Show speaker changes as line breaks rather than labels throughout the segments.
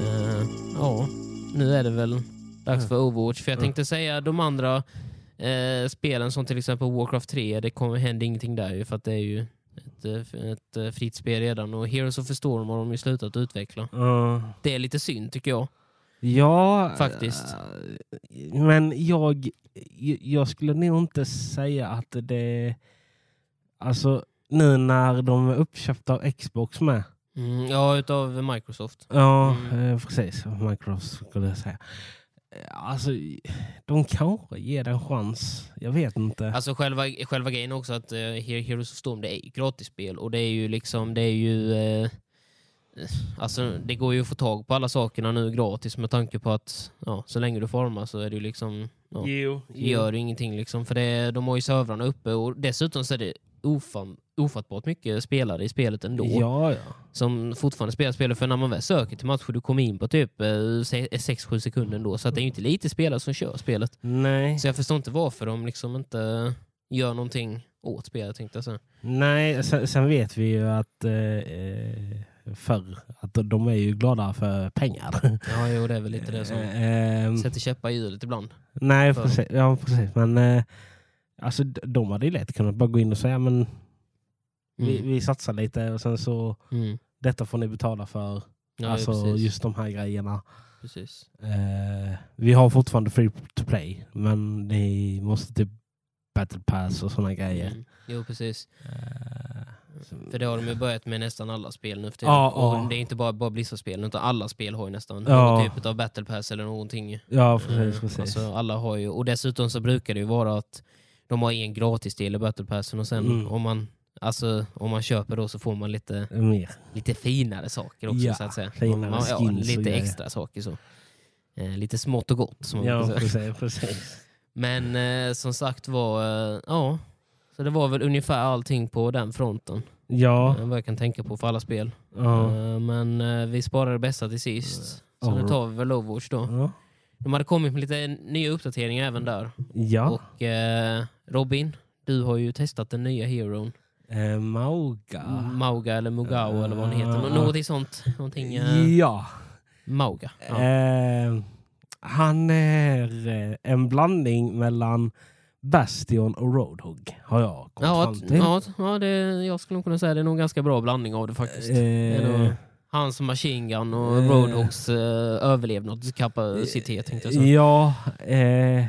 Eh, nu är det väl dags för Overwatch. För jag tänkte säga de andra eh, spelen som till exempel Warcraft 3, det kommer, händer ingenting där ju för att det är ju ett, eh, ett eh, fritt spel redan. Och Heroes of the Storm har de ju slutat utveckla.
Ja.
Det är lite synd tycker jag.
Ja,
Faktiskt.
eh, Men jag, jag skulle nog inte säga att det... Alltså, nu när de är uppköpta av Xbox med.
Mm, ja, utav Microsoft.
Ja,
Mm.
eh, precis. Microsoft skulle jag säga. Eh, Alltså, de kanske ger det en chans. Jag vet inte.
Alltså själva, själva grejen också att eh, He- Heroes of Storm det är ju gratisspel och det är ju liksom, det är ju... eh, eh, Alltså det går ju att få tag på alla sakerna nu gratis med tanke på att ja, så länge du formar så är det ju liksom... Ja,
Jo,
gör det ingenting liksom för det, de har ju servrarna uppe och dessutom så är det ofan, ofattbart mycket spelare i spelet ändå.
Ja, ja.
Som fortfarande spelar spelet för när man väl söker till matcher du kommer in på typ 6-7 sekunder ändå så att det är ju inte lite spelare som kör spelet.
Nej.
Så jag förstår inte varför de liksom inte gör någonting åt spelet tänkte jag säga.
Nej, sen, sen vet vi ju att eh, eh, förr, att de- de är ju glada för pengar.
Ja, jo, det är väl lite det som Mm.
Ehm,
Eh, sätter käppar i hjulet ibland.
nej,
för-
precis, ja, precis. Men eh, alltså, d- de hade ju lätt kunnat bara gå in och säga men vi,
Mm.
vi satsar lite och sen så
Mm.
detta får ni betala för.
Ja,
alltså
jo, precis.
just de här grejerna.
precis.
Eh, vi har fortfarande free to play, men ni måste typ battle pass och sådana grejer.
Mm. Jo, precis.
Eh, så-
För det har de ju börjat med nästan alla spel nu för tiden.
Ja,
och
ja.
Det är inte bara, bara Blizzard-spelen, utan alla spel har ju nästan
Ja.
någon typ av battle pass eller någonting.
ja, precis.
Eh,
precis.
Alltså, alla har ju, och dessutom så brukar det ju vara att de har en gratis del i battle passen och sen
Mm.
om, man, alltså, om man köper då så får man lite
Mer.
lite finare saker också
Ja,
så att säga.
finare
Man- ja,
skins och
lite
grejer.
extra saker så. Eh, lite smått och gott. Som man
Ja,
brukar säga.
precis. precis.
Men eh, som sagt var, eh, ja. Så det var väl ungefär allting på den fronten.
Ja,
Eh, vad jag kan tänka på för alla spel.
ja.
Eh, men eh, vi sparar det bästa till sist. Så
all
nu tar vi väl Overwatch då.
ja.
De hade kommit med lite nya uppdateringar även där.
ja.
Och eh, Robin, du har ju testat den nya heroen.
Eh, Mauga.
Mauga eller Mugao eller vad han heter. Nå-
Ah.
Något sånt. Någonting, eh,
Ja.
Mauga. Ja.
Eh, han är eh, en blandning mellan Bastion och Roadhog, har jag kommit
Ja,
fram
att-
till.
ja, att- ja det, jag skulle nog kunna säga det är nog en ganska bra blandning av det faktiskt.
Eh,
Det är nog hans Machine Gun och
eh.
Roadhogs eh, överlevnadskapacitet tänkte jag säga.
Ja, eh,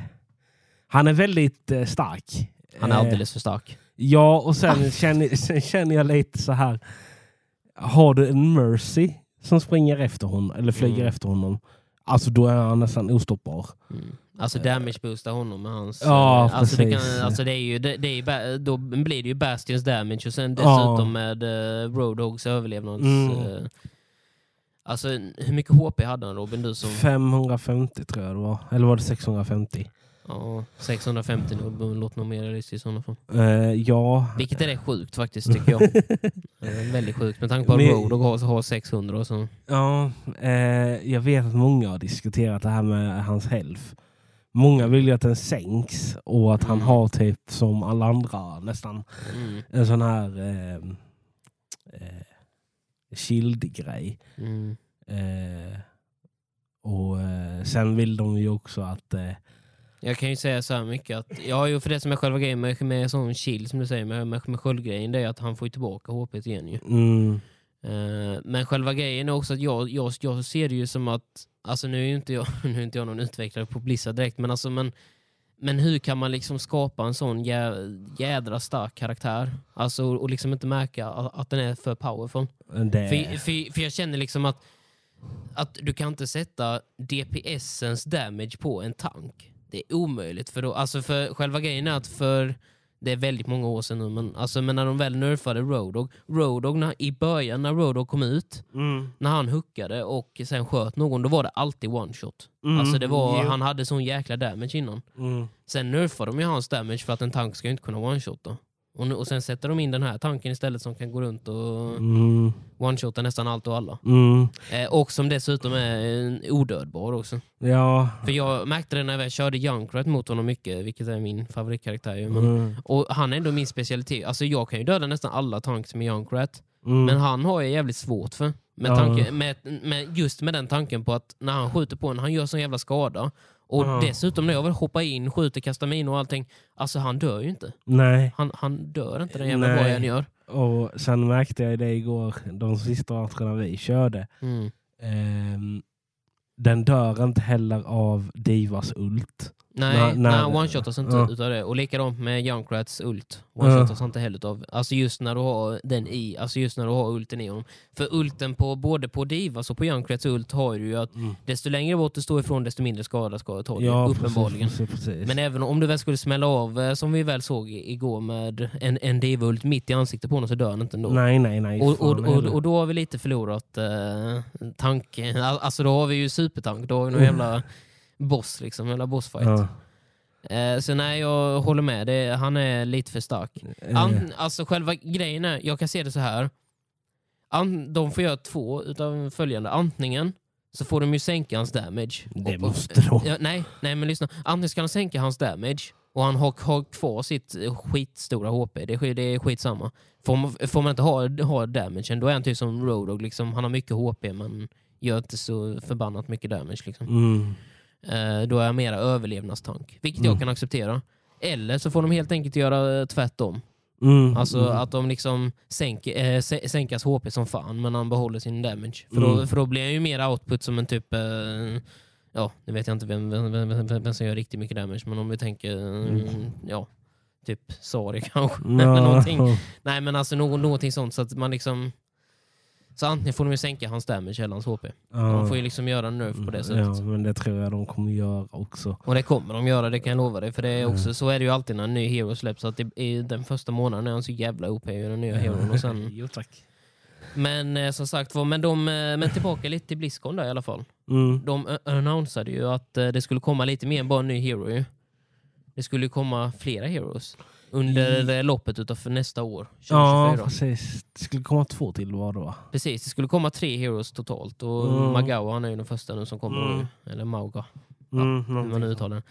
han är väldigt eh, stark.
Han är Ah.
Eh,
alldeles för stark.
Ja, och sen känner, sen känner jag lite så här. Har du en Mercy som springer efter honom, eller flyger
Mm.
efter honom, alltså då är han nästan ostoppbar.
Mm. Alltså damage boostar honom med hans...
Eh, Ja,
eh, alltså, det kan,
precis.
alltså det är ju, det, det är, ju ba- då blir det ju Bastions damage och sen
Ja.
dessutom med eh, Roadhogs överlevnads...
Mm.
Eh, alltså hur mycket HP hade han Robin? Du som...
550 tror jag det var, eller var det 650?
Ja, 650 nog, låt nog mer realistiskt i sådana fall.
Eh, ja,
Vilket är rätt sjukt faktiskt tycker jag. Eh, Väldigt sjukt med tanke på att
Men-
Road och har, har 600 och så.
ja eh, jag vet att många har diskuterat det här med hans health. Många vill ju att den sänks och att han
Mm.
har typ som alla andra nästan
Mm.
en sån här eh, eh, shield-grej.
Mm.
Eh, och eh, sen vill de ju också att... Eh,
Jag kan ju säga så här mycket att, ja jo för det som är själva grejen med, med sån chill som du säger med, med, med sköldgrejen det är att han får ju tillbaka HP igen ju.
mm,
Eh, Men själva grejen är också att jag, jag, jag ser det ju som att, alltså nu är ju inte jag, nu är inte jag någon utvecklare på Blizzard direkt men alltså men men hur kan man liksom skapa en sån jä, jädra stark karaktär? Alltså, och liksom inte märka att, att den är för powerful.
det,
För, för, för jag känner liksom att, att du kan inte sätta DPSens damage på en tank. Det är omöjligt. För, då, alltså för Själva grejen är att för det är väldigt många år sedan nu, men, alltså, men när de väl nerfade Roadhog. Roadhog när, i början när Roadhog kom ut,
mm,
när han hookade och sen sköt någon, då var det alltid one shot.
Mm,
Alltså det var,
jo.
Han hade sån jäkla damage innan.
mm,
Sen nerfade de ju hans damage för att en tank ska ju inte kunna one shotta. Och, nu, och sen sätter de in den här tanken istället som kan gå runt och
mm,
one-shotar nästan allt och alla.
mm,
Eh, och som dessutom är eh, odödbar också.
ja.
För jag märkte det när jag körde Junkrat mot honom mycket, vilket är min favoritkaraktär. ju, Men,
Mm,
Och han är ändå min specialitet. Alltså jag kan ju döda nästan alla tanks med Junkrat,
mm,
men han har jag jävligt svårt för. Med
Ja.
tanken, med, med, just med den tanken på att när han skjuter på en, han gör sån jävla skada. Och
Ja.
dessutom när jag väl hoppar in, skjuter, kastar minor och allting. Alltså han dör ju inte.
Nej.
Han, han dör inte den jävla
Nej.
vad jag än gör.
Och sen märkte jag det igår, de sista matcherna vi körde.
Mm.
Ehm, den dör inte heller av Divas ult.
Nej,
Nej,
nej,
nej.
one-shotas inte
Ja.
utav det. Och likadant med Junkrat's ult. One-shotas inte heller utav. Alltså just när du har den i, alltså just när du har ulten i honom. För ulten på både på Divas och på Junkrats ult har ju att
Mm.
desto längre bort du står ifrån desto mindre skada ska du ta dig,
Ja,
uppenbarligen.
precis. precis, precis.
Men även om du väl skulle smälla av, eh, som vi väl såg i- igår med en, en Diva-ult mitt i ansiktet på honom så dör han inte ändå.
nej, nej, nej.
Och, och,
fan
och,
heller.
och då har vi lite förlorat eh, tanken. Al- Alltså då har vi ju supertank, då har vi någon jävla boss liksom, jävla bossfight.
Oh. Ja.
Eh, så nej, jag håller med. Det, han är lite för stark.
Eh,
An, alltså själva grejen är, jag kan se det så här. An, de får göra två utav följande. Antingen så får de ju sänka hans damage.
det
Och- och-
måste de.
Ja, nej, nej, men lyssna. Antingen ska han sänka hans damage och han har, har kvar sitt eh, skitstora HP. Det, är sk- det är skitsamma. Får man, får man inte ha, ha damagen, då är han typ som Roadhog. Liksom, han har mycket HP men gör inte så förbannat mycket damage. Liksom.
Mm.
Eh, då är han mera överlevnadstank. Vilket jag
Mm.
kan acceptera. Eller så får de helt enkelt göra eh, tvärtom.
Mm.
Alltså
mm.
att de liksom sänker, eh, sä- sänkas HP som fan men han behåller sin damage. För, då,
Mm.
för då blir han ju mer output som en typ... Eh, ja, nu vet jag inte vem, vem, vem, vem, vem som gör riktigt mycket damage men om vi tänker... eh,
Mm.
Ja, typ Sari kanske. Eller någonting. Nej men alltså någon, någonting sånt så att man liksom... Så antingen får de ju sänka hans damage eller hans HP. De får ju liksom göra en nerf på det sättet.
Mm, Ja, men det tror jag de kommer göra också.
Och det kommer de göra, det kan jag lova dig. För det
Mm.
är också, så är det ju alltid när en ny hero släpps. Att det, i den första månaden är han så jävla OP i den nya heron. Och sen,
Eh, Jo tack.
Men eh, som sagt var, men, de, eh, men tillbaka lite till Blizzcon där i alla fall.
Mm.
De eh, annonsade ju att eh, det skulle komma lite mer än bara en ny hero ju. Det skulle ju komma flera heroes under det loppet utav för nästa år, 2024.
Mm. Ja, precis. Det skulle komma två till var det va?
Precis, det skulle komma tre heroes totalt och
Mm.
Magawa han är ju den första nu som kommer.
Mm.
ju. Eller Mauga,
Mm,
hur man nu uttalar den.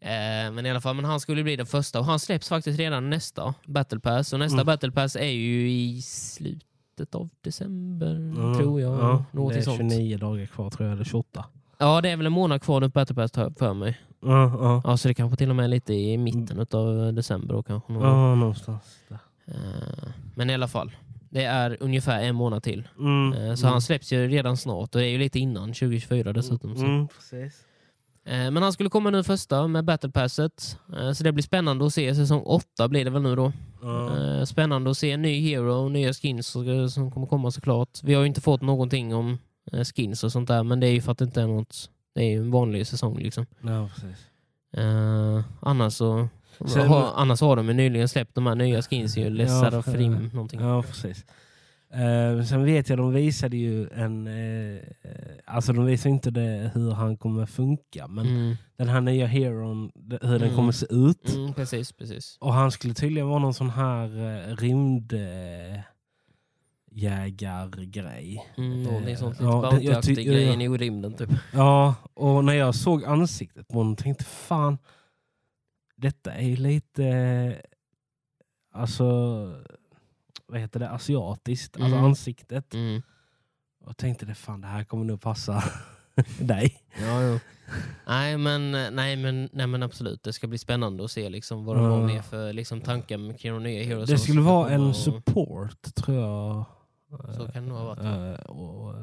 Eh, men i alla fall, men han skulle bli den första och han släpps faktiskt redan nästa battle pass. Och nästa
Mm.
battle pass är ju i slutet av december,
Ja,
Mm. tror jag.
ja.
Någonting
Det är
sånt.
29 dagar kvar tror jag, eller 28.
Ja, det är väl en månad kvar nu på Battle Pass tar jag för mig.
Ja, ja.
Ja, så det kanske till och med är lite i mitten av december. Och kanske någon-
Mm. Ja, någonstans där.
Eh, Men i alla fall, det är ungefär en månad till.
Mm.
Eh, Så han släpps ju redan snart och det är ju lite innan 2024 dessutom. Så.
Mm, precis.
Eh, Men han skulle komma nu första med Battle Passet. Eh, Så det blir spännande att se. Säsong 8 blir det väl nu då.
Ja.
Eh, Spännande att se en ny hero och nya skins och- som kommer komma såklart. Vi har ju inte fått någonting om eh, skins och sånt där men det är ju för att det inte är något... Det är ju en vanlig säsong liksom.
Ja, precis.
Eh, annars så...
Sen-
har, annars har de ju nyligen släppt de här nya skinsen ju, Lessar
Ja,
och
för-
Frim någonting.
Ja, precis. Eh, sen vet jag, de visade ju en... eh, eh, alltså de visade inte det, hur han kommer funka, men
Mm,
den här nya heron, det- hur den
Mm.
kommer se ut.
mm, precis, precis.
Och han skulle tydligen vara någon sån här eh, rymd... Eh, jägargrej.
Mm, någonting
Eh,
sånt.
ja,
Lite
det- jag ty-
bounty-aktig
ja, ja.
grejen i rymden typ.
Ja, och när jag såg ansiktet på honom tänkte fan, detta är ju lite, eh, alltså, vad heter det, asiatiskt, alltså
Mm.
ansiktet.
Mm.
Och tänkte det, fan det här kommer nog passa dig.
Ja, jo. nej, men, nej, men, nej men absolut, det ska bli spännande att se liksom, vad de har
Ja.
med för liksom, tankar med kring de nya heroes.
Det
som
skulle
ska
vara
komma
en
och-
support tror jag.
Så kan det nog ha varit.
Eh, och,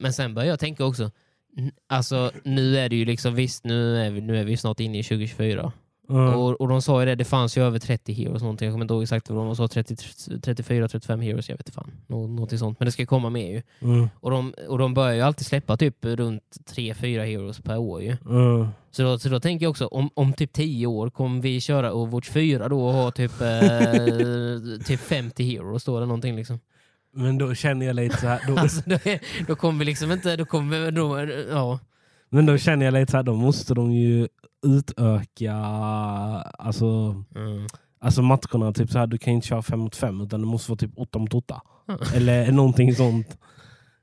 Men sen börjar jag tänka också, n- alltså nu är det ju liksom, visst nu är vi, nu är vi snart inne i 2024.
eh,
Och, och de sa ju det, det fanns ju över 30 heroes någonting. Jag kommer inte ihåg exakt vad de sa, 30, 34, 35 heroes, jag vet inte fan. Nå, någonting sånt. Men det ska komma med ju.
mm,
Och de, och de börjar ju alltid släppa typ runt 3-4 heroes per år ju.
mm.
Så då, så då tänker jag också, om, om typ 10 år kommer vi köra Overwatch 4 då och ha typ, eh, typ 50 heroes då eller någonting liksom.
Men då känner jag lite så här, då,
Alltså, då, är- då kommer vi liksom inte, då kommer vi, då, ja.
men då känner jag lite så här, då måste de ju utöka, alltså
Mm.
Alltså matcherna, typ så här, du kan inte köra fem mot fem utan det måste vara typ åtta mot åtta
Ja.
Eller någonting sånt.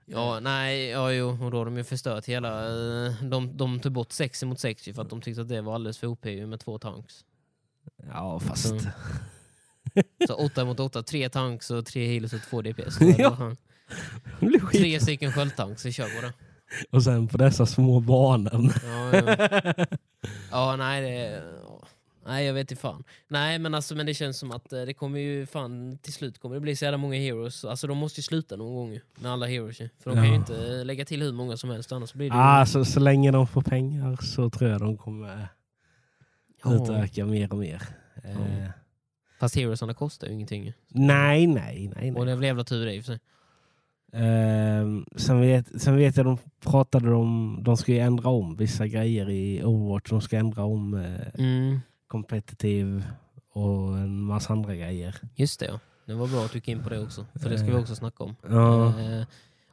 Ja, nej, ja, jo, och då har de ju förstört hela... eh, De, de tog bort 60 mot 60 för att de tyckte att det var alldeles för OP ju med två tanks.
Ja, fast...
Mm. Så 8 mot 8, tre tanks och tre healers och två DPS. Då hade
Ja.
han-
Det blir skit.
Tre stycken sköldtanks, vi kör bara.
Och sen på dessa små banor.
Ja, ja. ja nej det... ja. Nej jag vet inte fan. Nej men alltså men det känns som att eh, det kommer ju fan till slut kommer det bli så jävla många heroes. Alltså de måste ju sluta någon gång ju, med alla heroes ju. För de kan ju
Ja.
inte eh, lägga till hur många som helst annars blir det ju-
Ah, så, så länge de får pengar så tror jag de kommer
Ja.
utöka mer och mer. Eh,
Fast heroesarna kostar ju ingenting ju.
nej, nej, nej. nej.
Och det är väl jävla tur det i och för sig.
Ehm, sen, vet, sen vet jag de pratade om de ska ju ändra om vissa grejer i Overwatch. De ska ändra om eh,
Mm.
competitive och en massa andra grejer.
Just det ja. Det var bra att du gick in på det också. För det ska vi
Eh.
också snacka om.
Ja,
Eh,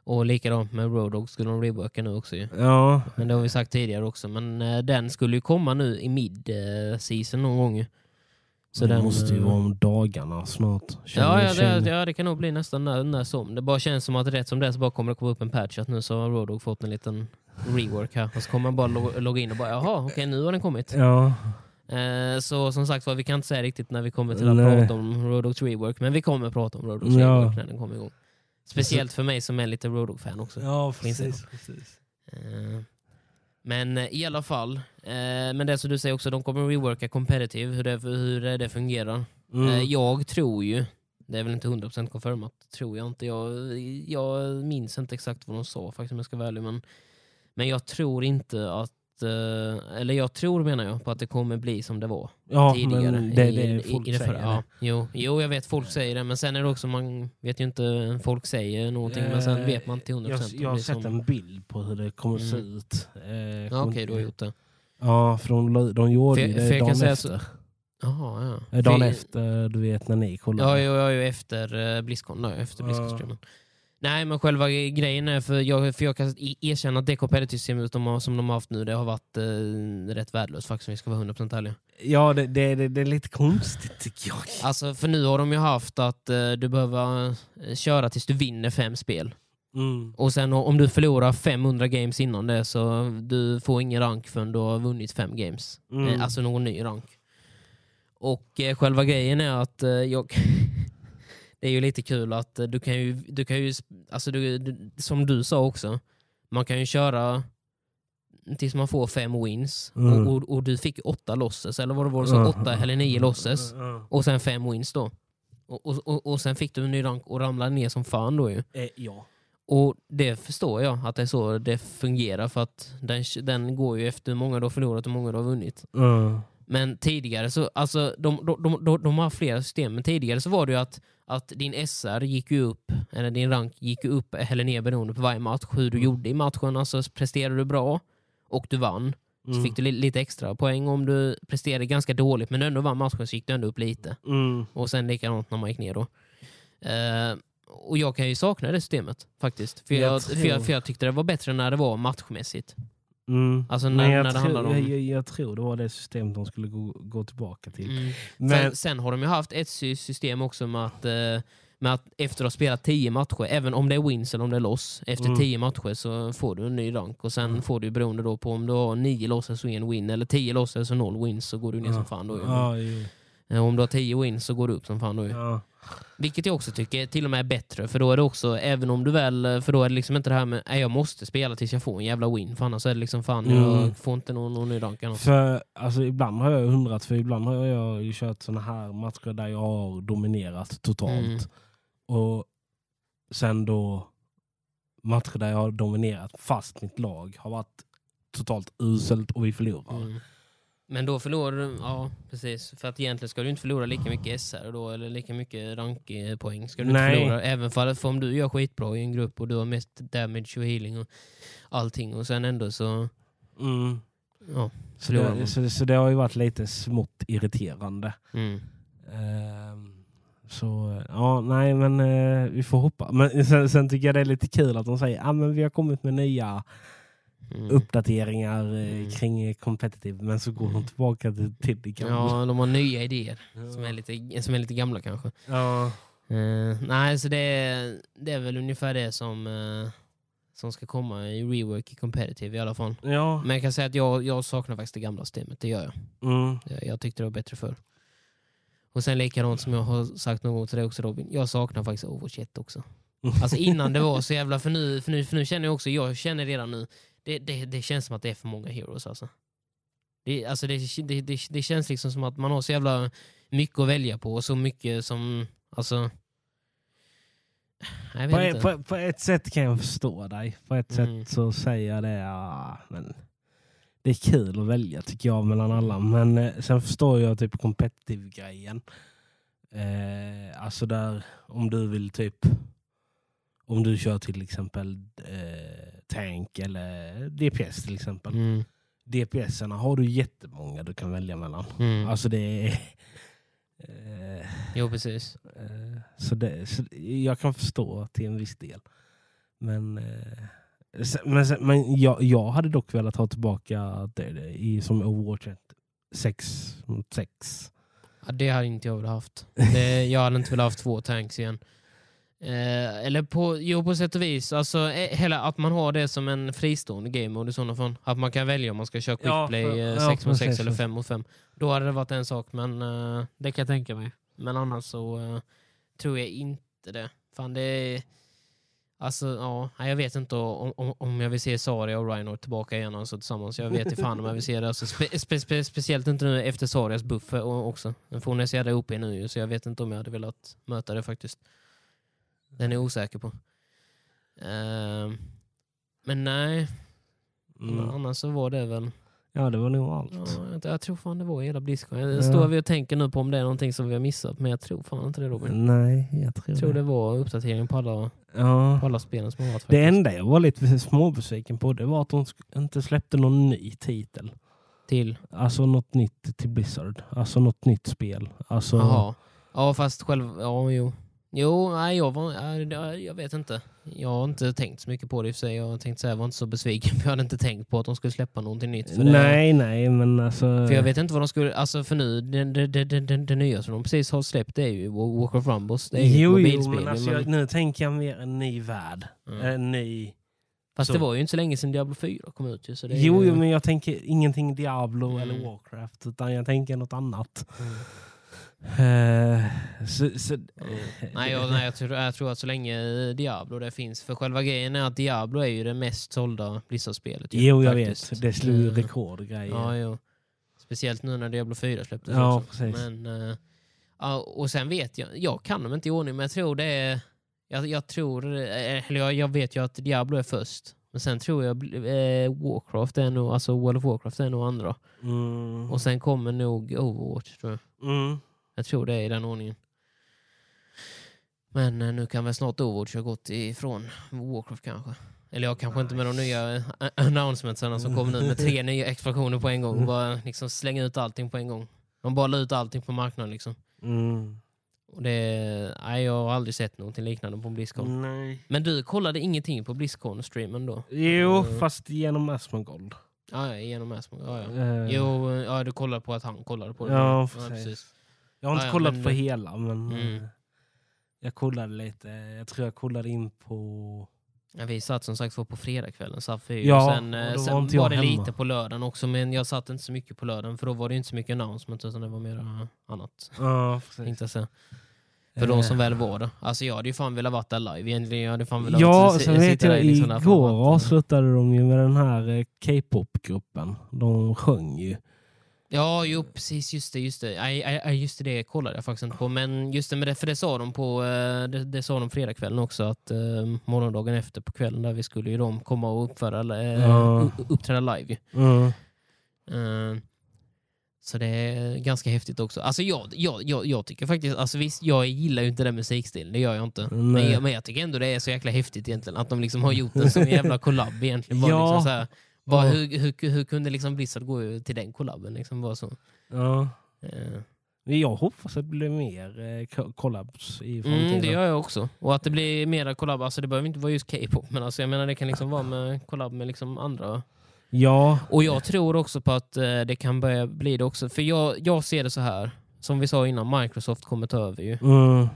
och likadant med Road Dogg skulle de reworka nu också ju.
ja,
Men det har vi sagt tidigare också. Men eh, den skulle ju komma nu i mid-season någon gång ju.
så det måste ju
eh,
vara om dagarna snart.
Ja,
Känner-
ja,
känner-
det, ja, det kan nog bli nästan när, när som. Det bara känns som att rätt som det är så bara kommer det komma upp en patch att nu så har Road Dogg fått en liten rework här. Och så kommer man bara lo- logga in och bara jaha, okej nu har den kommit.
ja.
Eh, så som sagt var, vi kan inte säga riktigt när vi kommer till att
Nej.
prata om Roadhog Rework, men vi kommer prata om Roadhog
Ja.
Rework när den kommer igång. Speciellt för mig som är lite Roadhog-fan också.
ja
precis,
precis.
Eh, men eh, i alla fall, eh, men det som du säger också, de kommer reworka competitive, hur det, hur det fungerar.
Mm.
Eh, jag tror ju, det är väl inte 100% confirmat, tror jag inte. Jag, jag minns inte exakt vad de sa faktiskt om jag ska vara ärlig, men, men jag tror inte att, eh, eller jag tror menar jag, på att det kommer bli som det var
ja,
tidigare.
men det,
i-
det är
i-
folk
i det förra.
säger.
Ja, jo, jo, jag vet folk säger det, men sen är det också, man vet ju inte, folk säger någonting, men sen
Eh,
vet man till 100%
Jag,
om
jag har
det är
sett
som-
en bild på hur det kommer se
Mm.
ut. Eh, jag
Ja,
kommer
Okej,
inte-
du har gjort det.
Ja, för de, la- de gjorde
För-
ju
för
det
jag kan
dagen
säga
efter.
så- Jaha, ja.
Eh, Dagen
För-
efter, du vet när ni kollade.
Ja, jo, ja, jo, efter eh, Blizzcon. Nej, efter
Ja.
Blizzcon-streamen. Nej, men själva grejen är, för jag, för jag kan i- erkänna att det competitive-systemet de har- som de har haft nu, det har varit eh, rätt värdelöst faktiskt, om vi ska vara 100% ärliga.
Ja, det, det, det, det är lite konstigt tycker jag.
Alltså, för nu har de ju haft att eh, du behöver eh, köra tills du vinner fem spel.
Mm.
Och sen om du förlorar 500 games innan det så du får ingen rank förrän du har vunnit fem games.
Mm.
Eh, Alltså någon ny rank. Och eh, själva grejen är att eh, jag... det är ju lite kul att eh, du kan ju... Du kan ju sp- alltså du, du, som du sa också, man kan ju köra tills man får fem wins.
Mm.
Och, och, och du fick åtta losses, eller vad det var du sa?
Ja.
Åtta eller nio losses.
Ja,
Och sen fem wins då. Och, och, och, och sen fick du en ny rank och ramlade ner som fan då ju.
ja. Eh, ja.
Och det förstår jag, att det är så det fungerar. För att den, den går ju efter hur många du har förlorat och hur många du har vunnit.
Mm. Men
Men tidigare så, alltså de, de, de, de, de har flera system, men tidigare så var det ju att, att din SR gick ju upp, eller din rank gick ju upp eller ner beroende på varje match, hur du gjorde i matchen. Alltså presterade du bra och du vann,
Mm.
så fick du li, lite extra poäng. Om du presterade ganska dåligt men ändå vann matchen så gick du ändå upp lite.
Mm.
Och sen likadant när man gick ner då. Eh, och jag kan ju sakna det systemet faktiskt. För jag,
Jag
för, jag,
tror-
för jag tyckte det var bättre när det var matchmässigt.
Mm.
Alltså
Men
när, när
jag,
det
tror-
handlar om...
jag, jag, jag tror det var det systemet de skulle gå, gå tillbaka till.
Mm.
Men,
Sen, sen har de ju haft ett sy- system också med att, eh, med att efter att ha spelat 10 matcher, även om det är wins eller om det är loss, efter
Mm.
10 matcher så får du en ny rank. Och sen får du beroende då på om du har 9 losses och en win, eller 10 losses och noll wins så går du ner som fan då. ju.
ja, jo.
Eh, Om du har 10 wins så går du upp som fan då. ju.
Ja.
Vilket jag också tycker till och med är bättre, för då är det också, även om du väl, för då är det liksom inte det här med nej, jag måste spela tills jag får en jävla win, för annars är det liksom fan,
Mm.
jag får inte någon, någon ny rank. eller något.
För alltså, ibland har jag undrat, för ibland har jag ju kört såna här matcher där jag har dominerat totalt.
Mm.
Och sen då matcher där jag har dominerat fast mitt lag har varit totalt uselt och vi förlorar.
Mm. Men då förlorar du, ja precis, för att egentligen ska du inte förlora lika mycket SR då, eller lika mycket rankpoäng ska du
Nej.
inte förlora, även för, för om du gör skitbra i en grupp och du har mest damage och healing och allting och sen ändå så,
Mm.
ja.
Så,
Förlorar man.
det, så, det- så det har ju varit lite smått irriterande.
Mm.
Ehm, så ja, nej men eh, vi får hoppa. Men sen, sen tycker jag det är lite kul att de säger att ah, men vi har kommit med nya
Mm.
uppdateringar eh,
Mm.
kring eh, competitive men så går de tillbaka till, till det gamla.
Ja, de har nya idéer som är lite, som är lite gamla kanske.
Ja.
Eh, nej, så det är, det är väl ungefär det som, eh, som ska komma i rework i competitive i alla fall.
Ja.
Men jag kan säga att jag, jag saknar faktiskt det gamla systemet, det gör jag.
Mm.
Jag, jag tyckte det var bättre förr. Och sen likadant som jag har sagt någon gång till dig också Robin, jag saknar faktiskt Overwatch 1 också. Alltså innan det var så jävla, för nu, för nu, för nu känner jag också, jag känner redan nu, det, det, det känns som att det är för många heroes alltså. Det, alltså det, det, det, det känns liksom som att man har så jävla mycket att välja på och så mycket som, alltså... Jag vet
På,
inte.
ett- på, på ett sätt kan jag förstå dig. På ett
Mm.
sätt så säger jag det, ah, men det är kul att välja tycker jag mellan alla. Men eh, sen förstår jag typ competitive-grejen. Eh, alltså där om du vill typ, om du kör till exempel eh, tank eller DPS till exempel.
Mm,
DPSerna har du jättemånga du kan välja mellan.
mm.
Alltså det är... Eh,
Jo precis.
Eh, Så, det, så jag kan förstå till en viss del. Men, eh, sen- men, sen- men jag, jag hade dock velat ha tillbaka det, det, i, som award 6 mot 6.
Ja, det hade inte jag velat haft. Det, jag hade inte velat haft två tanks igen. Eh, eller på, jo, på sätt och vis. Alltså, eh, hela, att man har det som en fristående game mode i sådana fall. Att man kan välja om man ska köra
Ja,
quickplay
för-
eh,
ja,
6 mot 6
precis.
eller 5 mot 5. Då hade det varit en sak, men eh, det kan jag tänka mig. Men annars så eh, tror jag inte det. Fan, det är... Alltså, ja, nej, jag vet inte om, om, om jag vill se Saria och Rhino tillbaka igen alltså, tillsammans. Jag vet inte fan om jag vill se det. Alltså, spe, spe, spe, speciellt inte nu efter Sarias buff eh, och- också. Men Hon är så jävla OP nu ju, så jag vet inte om jag hade velat möta det faktiskt. Den är jag osäker på. Ehm, men nej,
Mm.
annars så var det väl...
Ja, det var nog
Ja,
allt.
jag- jag tror fan det var hela Blizzcon. Jag
Ja.
står vi och tänker nu på om det är någonting som vi har missat, men jag tror fan inte det Robin.
Nej, jag tror,
Jag tror
det.
det var uppdatering på alla, på
Ja.
alla spelen som har varit.
Mm. Det
faktiskt.
enda jag var lite småbesviken på det var att de sk- inte släppte någon ny titel.
Till
Alltså något nytt till Blizzard. Alltså något nytt spel. Alltså,
Jaha. Ja, fast själv... Ja, jo. Jo, nej, jag, var, nej, det- jag vet inte. Jag har inte tänkt så mycket på det i och för sig. Jag tänkte säga, jag var inte så besviken. för Jag hade inte tänkt på att de skulle släppa någonting nytt. För det,
nej, nej, men alltså...
För jag vet inte vad de skulle... Alltså för nu, det, det, det, det, det, det nya som de precis har släppt det är ju Wa- Walk of Rumbles. Det är ju ett
Jo, jo,
mobilspel.
men
ju,
alltså,
men-
jag, nu tänker jag mer en ny värld.
Mm.
En ny...
Fast
så.
det var ju inte så länge sedan Diablo 4 kom ut ju. Så det är
Jo,
ju,
jo, men jag tänker ingenting Diablo
Mm.
eller Warcraft, utan jag tänker något annat.
Mm.
Eh, så, så,
Nej, jag, nej jag, tror, jag tror att så länge Diablo det finns. För själva grejen är att Diablo är ju det mest sålda Blizzard-spelet. ju,
Jo, jag
faktiskt.
vet. Det slog ju
Eh,
rekordgrejer.
Ja, jo. Speciellt nu när Diablo 4 släpptes
Ja,
också.
precis.
Men, eh, ja, och sen vet jag, jag kan dem inte i ordning, men jag tror det är... Jag, jag tror, eh, eller jag, jag vet ju att Diablo är först. Men sen tror jag eh, Warcraft är nog, alltså World of Warcraft är nog andra.
Mm.
Och sen kommer nog Overwatch tror jag.
Mm.
Jag tror det är i den ordningen. Men eh, nu kan väl snart Overwatch ha gått ifrån Warcraft kanske. Eller jag kanske inte med de nya eh, announcementsarna som kommer nu med tre nya expansioner på en
Mm.
gång. Bara liksom slänga ut allting på en gång. De bara la ut allting på marknaden liksom.
Mm.
Och det, nej, jag har aldrig sett någonting liknande på Blizzcon.
Mm. Nej.
Men du kollade ingenting på Blizzcon-streamen då?
Jo,
Mm.
fast genom Asmongold.
Ja, ja, genom Asmog. Ja, ja.
Eh,
Jo, eh, ja, du kollade på att han kollade på det.
Ja, precis. Jag har inte
Ja, ja,
kollat
men
på
det-
hela, men
Mm.
eh, jag kollade lite. Jag tror jag kollade in på...
Ja, vi satt som sagt var på fredagskvällen, Saff är ju-
Ja,
sen, eh,
och då
sen
var
var,
inte jag
det
hemma.
lite på lördagen också, men jag satt inte så mycket på lördagen för då var det ju inte så mycket announcement utan det var mer eh, annat.
Ja, precis. Eh,
Tänkte jag säga. För de som väl var där. Alltså jag hade ju fan velat varit där live egentligen. Jag hade fan velat
Ja,
s-
sen
sitta
vet jag
där i liksom där format.
igår alltså. avslutade de ju med den här eh, K-pop-gruppen. De sjöng ju.
Ja, jo precis, just det, just det. Nej, nej, nej, just det, det kollade jag faktiskt inte på. Men just det, men det för det sa de på eh, det, det sa de fredagskvällen också, att eh, morgondagen efter på kvällen där vi skulle ju de komma och uppföra, eh,
Ja.
u- uppträda live ju. Eh, Så det är ganska häftigt också. Alltså jag, jag, jag, jag tycker faktiskt, alltså visst jag gillar ju inte den musikstilen, det gör jag inte. Men
Mm, Nej.
jag, men jag tycker ändå det är så jäkla häftigt egentligen att de liksom har gjort en sån jävla collab egentligen. Bara
Ja.
liksom så här, bara
Ja.
hur, hur, hur kunde liksom Blizzard gå till den collaben? Liksom bara så.
Ja.
Eh,
Men Jag hoppas att det blir mer eh, ko- collabs i framtiden.
Mm, det gör jag också. Och att det blir mera collab, alltså det behöver inte vara just K-pop, men alltså jag menar det kan liksom vara med collab med liksom andra
Ja.
Och jag tror också på att eh, det kan börja bli det också. För jag, jag ser det så här, som vi sa innan, Microsoft kommer ta över ju.
Mm,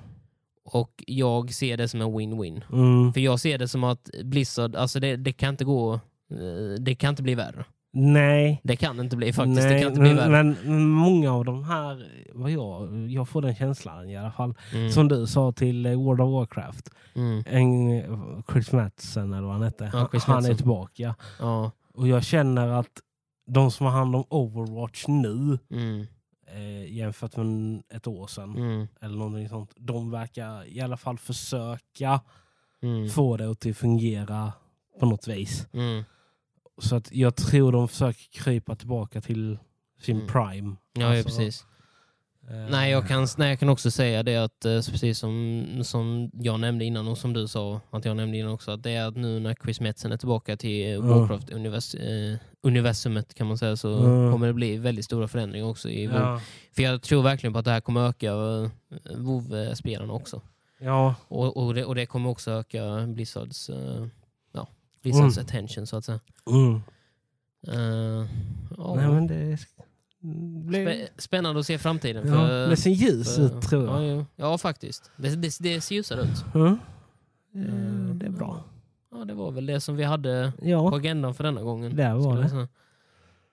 Och jag ser det som en win-win.
mm.
För jag ser det som att Blizzard, alltså det, det kan inte gå, eh, det kan inte bli värre.
Nej.
Det kan inte bli faktiskt. det
Nej,
kan inte bli värre.
men, men många av de här, vad jag, jag får den känslan i alla fall.
mm.
Som du sa till eh, World of Warcraft.
Mm.
En, eh, Chris Madsen eller vad han hette.
Ja, Chris
han är
Madsen.
tillbaka.
Ja.
Och jag känner att de som har hand om Overwatch nu
Mm.
eh, jämfört med ett år sedan
Mm.
eller någonting sånt. De verkar i alla fall försöka
Mm.
få det att fungera på något vis.
Mm.
Så att jag tror de försöker krypa tillbaka till sin
Mm.
prime.
Ja, ja,
Alltså,
precis.
eh,
Nej jag, kan, nej, jag kan också säga det att eh, precis som, som jag nämnde innan och som du sa att jag nämnde innan också, att det är att nu när Chris Metzen är tillbaka till eh,
Ja.
Warcraft-universumet kan man säga så
Ja.
kommer det bli väldigt stora förändringar också. I WoW.
Ja,
För jag tror verkligen på att det här kommer öka eh, WoW-spelarna också.
ja,
Och, och, det, och det kommer också öka Blizzards, eh, ja, Blizzards attention så att säga.
mm.
Eh, ja.
Nej, men det mm, det blir...
Spä- Spännande att se framtiden.
Ja,
För,
det ser ljus
för-
ut tror jag.
Eh, Ja, jo. ja faktiskt. Det, det, det ser ljusare ut.
Mm. Eh, Det är bra.
Ja, det var väl det som vi hade på
Ja,
agendan för denna gången.
där var
skulle jag
det.
säga.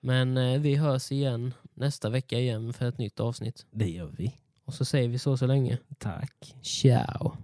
Men eh, vi hörs igen nästa vecka igen för ett nytt avsnitt.
Det gör vi.
Och så säger vi så så länge.
Tack.
Ciao!